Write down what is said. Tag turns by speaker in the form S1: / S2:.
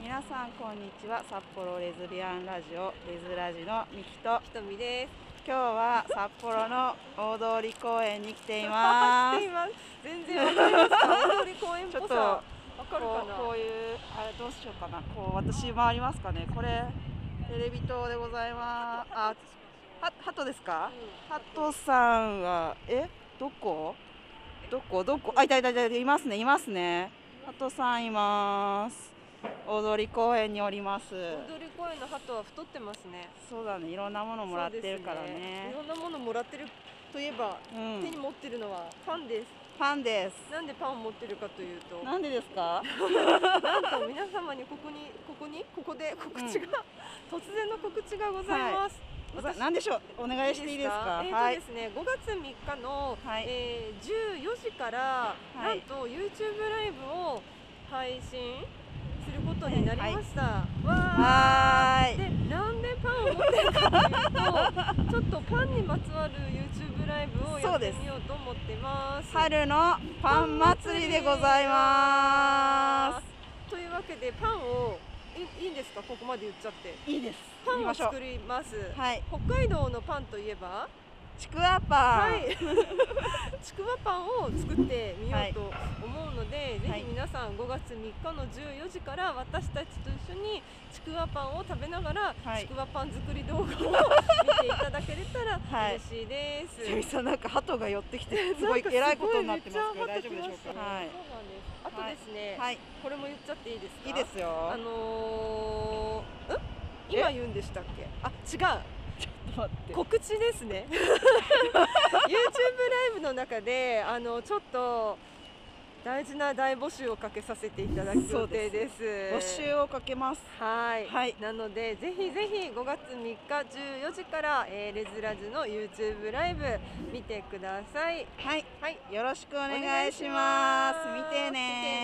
S1: 皆さんこんにちは札幌レズビアンラジオレズラジのミキと
S2: ひとみです。
S1: 今日は札幌の大通公園に来ていま
S2: 来てい
S1: す
S2: ます。全然わかりました。大通公園っ
S1: ちょ
S2: ぽ
S1: っと
S2: さ。わかる
S1: こう
S2: か
S1: こ
S2: な。
S1: ういうあれどうしようかなこう私回りますかねこれテレビ塔でございますあはハトですかハトさんはえどこどこどこあいたいたいたいますねいますねハトさんいます大通公園におります
S2: 踊り公園の鳩は太ってますね。
S1: そうだねいろんなものもらってるから
S2: そうですい
S1: ね
S2: ろんなものもらってるといえば、
S1: うん
S2: 手に持ってるのはパンです。
S1: パンです
S2: なんでパンを持ってるかというと、
S1: なんでですか
S2: なんと皆様にここにここにここで告知が、突然の告知がございます。私
S1: なんでしょうお願いしていいですか
S2: えー
S1: は
S2: と
S1: い
S2: ですね、5月3日の、
S1: はい
S2: えー、14時から、
S1: はい
S2: なんと YouTube ライブを配信することになりました。わ
S1: は
S2: ー
S1: ーい
S2: でなんでパンを持ってるかというとちょっとパンにまつわる YouTube ライブをや
S1: そう
S2: って
S1: です
S2: みようと思ってます。
S1: 春のパン祭りでございま
S2: というわけでパンをいいいんですかここまで言っちゃって。
S1: すいいです
S2: パ
S1: 行き
S2: ン
S1: ま
S2: を
S1: しょう
S2: 作ります。
S1: はい
S2: 北海道のパンといえば
S1: ちくわパン
S2: はい、 ちくわパンを作ってみようと思うので、
S1: はい
S2: ぜひ皆さん5月3日の14時から私たちと一緒にちくわパンを食べながら、
S1: はい
S2: ちくわパン作り動画を見ていただけれた ら
S1: はい
S2: 嬉しいです。
S1: セミさんなんか鳩が寄ってきてすごい偉いことになってますけど
S2: なん
S1: 大丈
S2: かす
S1: 夫
S2: ご
S1: で
S2: いめ
S1: し
S2: っ
S1: ょう
S2: ちゃ上がってきましたね
S1: かはい
S2: そうなんです。あとですね、
S1: はい
S2: これも言っちゃっていいですか。
S1: いいですよ
S2: あのー、ん今言うんでしたっけ？あ違う。
S1: 待って
S2: 告知です ね YouTube ライブの中であのちょっと大事な大募集をかけさせていただく
S1: そ
S2: 予
S1: うで
S2: 定
S1: す
S2: です
S1: 募集をかけます
S2: はい、
S1: はい
S2: なのでぜひぜひ5月3日14時から、えーレズラズの YouTube ライブ見てください
S1: はい
S2: はい
S1: よろしくお願いします
S2: お願いします
S1: 見てね